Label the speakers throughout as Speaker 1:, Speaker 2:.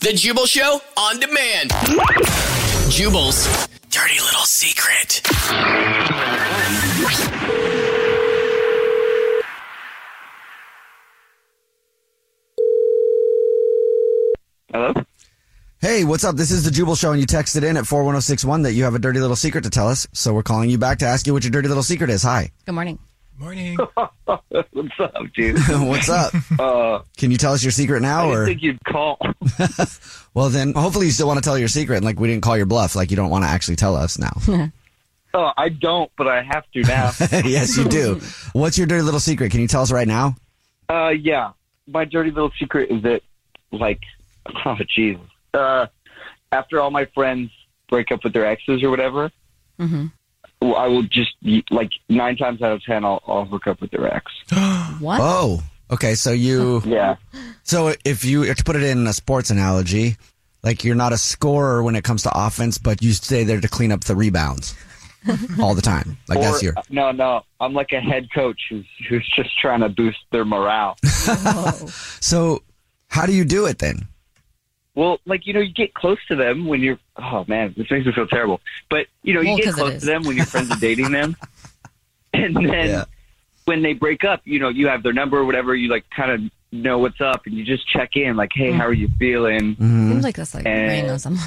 Speaker 1: The Jubal Show on demand. Jubal's dirty little secret.
Speaker 2: Hello?
Speaker 3: Hey, what's up? This is the Jubal Show, and you texted in at 41061 that you have a dirty little secret to tell us. So we're calling you back to ask you what your dirty little secret is. Hi.
Speaker 4: Good morning.
Speaker 5: Morning.
Speaker 2: What's up, dude?
Speaker 3: what's up?
Speaker 2: Uh,
Speaker 3: Can you tell us your secret
Speaker 2: I
Speaker 3: now?
Speaker 2: didn't
Speaker 3: Or
Speaker 2: think you'd call.
Speaker 3: Well, then hopefully you still want to tell your secret. And like we didn't call your bluff. Like you don't want to actually tell us now.
Speaker 2: Oh, I don't, but I have to now.
Speaker 3: yes, you do. What's your dirty little secret? Can you tell us right now?
Speaker 2: uh, yeah. My dirty little secret is that, like, oh, jeez. Uh, after all my friends break up with their exes or whatever,
Speaker 4: hmm
Speaker 2: well, I will just, like, nine times out of ten, I'll, I'll hook up with their ex.
Speaker 4: What?
Speaker 3: Oh, okay. So you,
Speaker 2: Yeah.
Speaker 3: so if you to put it in a sports analogy, like you're not a scorer when it comes to offense, but you stay there to clean up the rebounds all the time. Like that's
Speaker 2: Or-
Speaker 3: your.
Speaker 2: No, no. I'm like a head coach who's, who's just trying to boost their morale.
Speaker 4: Whoa.
Speaker 3: So how do you do it then?
Speaker 2: Well, like you know, you get close to them when you're. Oh man, this makes me feel terrible. But you know, you
Speaker 4: Well,
Speaker 2: get
Speaker 4: 'cause it
Speaker 2: close
Speaker 4: is.
Speaker 2: to them when your friends are dating them, and then
Speaker 3: Yeah.
Speaker 2: when they break up, you know, you have their number or whatever. You like kind of know what's up, and you just check in, like, hey, how are you feeling?
Speaker 4: Seems like that's like
Speaker 3: Mm-hmm.
Speaker 2: And-
Speaker 4: rain on someone.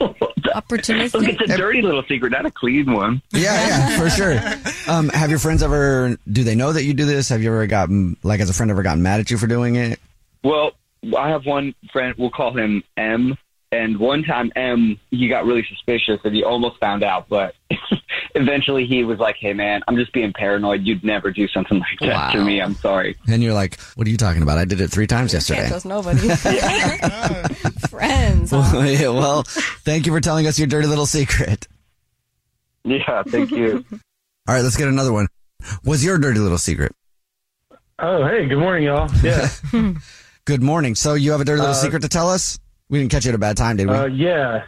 Speaker 2: Look, it's
Speaker 4: Opportunistic.
Speaker 2: a dirty little secret, not a clean one.
Speaker 3: Yeah, yeah, for sure. Um, have your friends ever? Do they know that you do this? Have you ever gotten like, as a friend, ever gotten mad at you for doing it?
Speaker 2: Well, I have one friend. We'll call him M. And one time, M, he got really suspicious, and he almost found out. But eventually, he was like, "Hey, man, I'm just being paranoid. You'd never do something like that to
Speaker 4: Wow.
Speaker 2: me. I'm sorry."
Speaker 3: And you're like, what are you talking about? I did it three times
Speaker 4: Can't
Speaker 3: yesterday.
Speaker 4: trust nobody. Friends. huh?
Speaker 3: Yeah, well, thank you for telling us your dirty little secret.
Speaker 2: Yeah, thank you.
Speaker 3: All right, let's get another one. What's your dirty little secret?
Speaker 6: Oh, hey, good morning, y'all. Yeah,
Speaker 3: Good morning. So you have a dirty little secret to tell us? We didn't catch you at a bad time, did we?
Speaker 6: uh, yeah.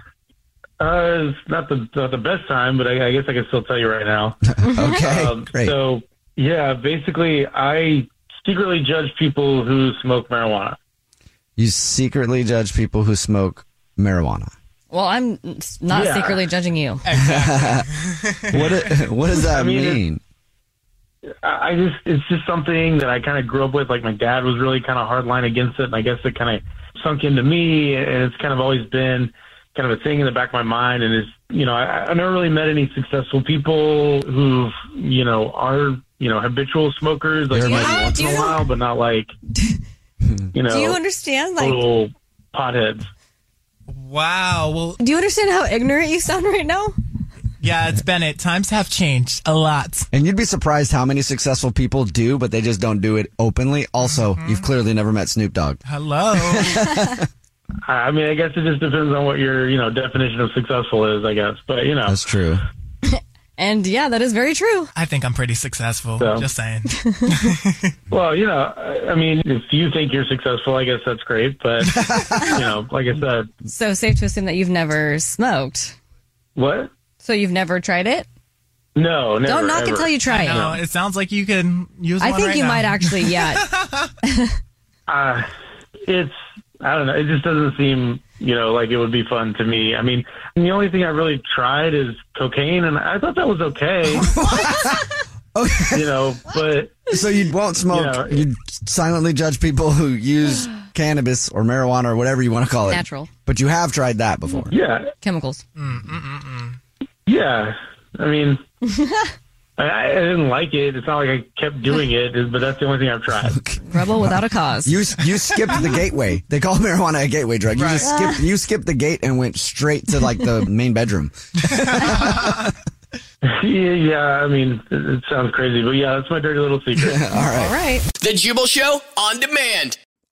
Speaker 6: Uh, it's not the not the best time, but I, I guess I can still tell you right now.
Speaker 3: okay,
Speaker 6: Um,
Speaker 3: great.
Speaker 6: So, yeah, basically, I secretly judge people who smoke marijuana.
Speaker 3: you secretly judge people who smoke marijuana.
Speaker 4: Well, I'm s- not
Speaker 6: Yeah.
Speaker 4: secretly judging you.
Speaker 3: What do- What does that
Speaker 6: I mean, it-
Speaker 3: mean?
Speaker 6: I I just it's just something that I kind of grew up with. Like my dad was really kind of hardline against it, and I guess it kind of sunk into me, and it's kind of always been kind of a thing in the back of my mind. And is you know I, I never really met any successful people who've you know are you know habitual smokers. Like
Speaker 3: There might
Speaker 4: be-
Speaker 6: once
Speaker 4: Do
Speaker 6: in
Speaker 4: you-
Speaker 6: a while, but not like you know
Speaker 4: Do you understand? Like,
Speaker 6: total potheads.
Speaker 5: Wow. Well,
Speaker 4: do you understand how ignorant you sound right now?
Speaker 5: yeah, it's Bennett. Times have changed a lot.
Speaker 3: And you'd be surprised how many successful people do, but they just don't do it openly. Also, you've clearly never met Snoop Dogg.
Speaker 5: Hello.
Speaker 6: I I mean, I guess it just depends on what your you know definition of successful is. I guess, but you know,
Speaker 3: That's true.
Speaker 4: And yeah, that is very true.
Speaker 5: I think I'm pretty successful.
Speaker 6: So.
Speaker 5: Just saying.
Speaker 6: Well, you know, I I mean, if you think you're successful, I guess that's great. But you know, like I said,
Speaker 4: So safe to assume that you've never smoked.
Speaker 6: what?
Speaker 4: So you've never tried it?
Speaker 6: No, never.
Speaker 4: Don't knock
Speaker 6: ever.
Speaker 4: until you try it.
Speaker 5: No, it sounds like you can use.
Speaker 4: I
Speaker 5: one
Speaker 4: think
Speaker 5: right
Speaker 4: you
Speaker 5: now.
Speaker 4: might actually, yeah.
Speaker 6: Uh, it's I don't know. It just doesn't seem you know like it would be fun to me. I mean, the only thing I really tried is cocaine, and I thought that was okay. You know, but
Speaker 3: So you won't smoke.
Speaker 6: Yeah.
Speaker 3: You silently judge people who use cannabis or marijuana or whatever you want to call it.
Speaker 4: Natural.
Speaker 3: But you have tried that before.
Speaker 6: yeah,
Speaker 4: Chemicals.
Speaker 6: yeah. I mean. I, I didn't like it. It's not like I kept doing it, but that's the only thing I've tried.
Speaker 4: Rebel without a cause.
Speaker 3: You you skipped the gateway. They call marijuana a gateway drug. You just skipped you skipped the gate and went straight to like the main bedroom.
Speaker 6: yeah, yeah, I mean, it, it sounds crazy, but yeah, that's my dirty little secret.
Speaker 4: All right.
Speaker 1: The Jubal Show on demand.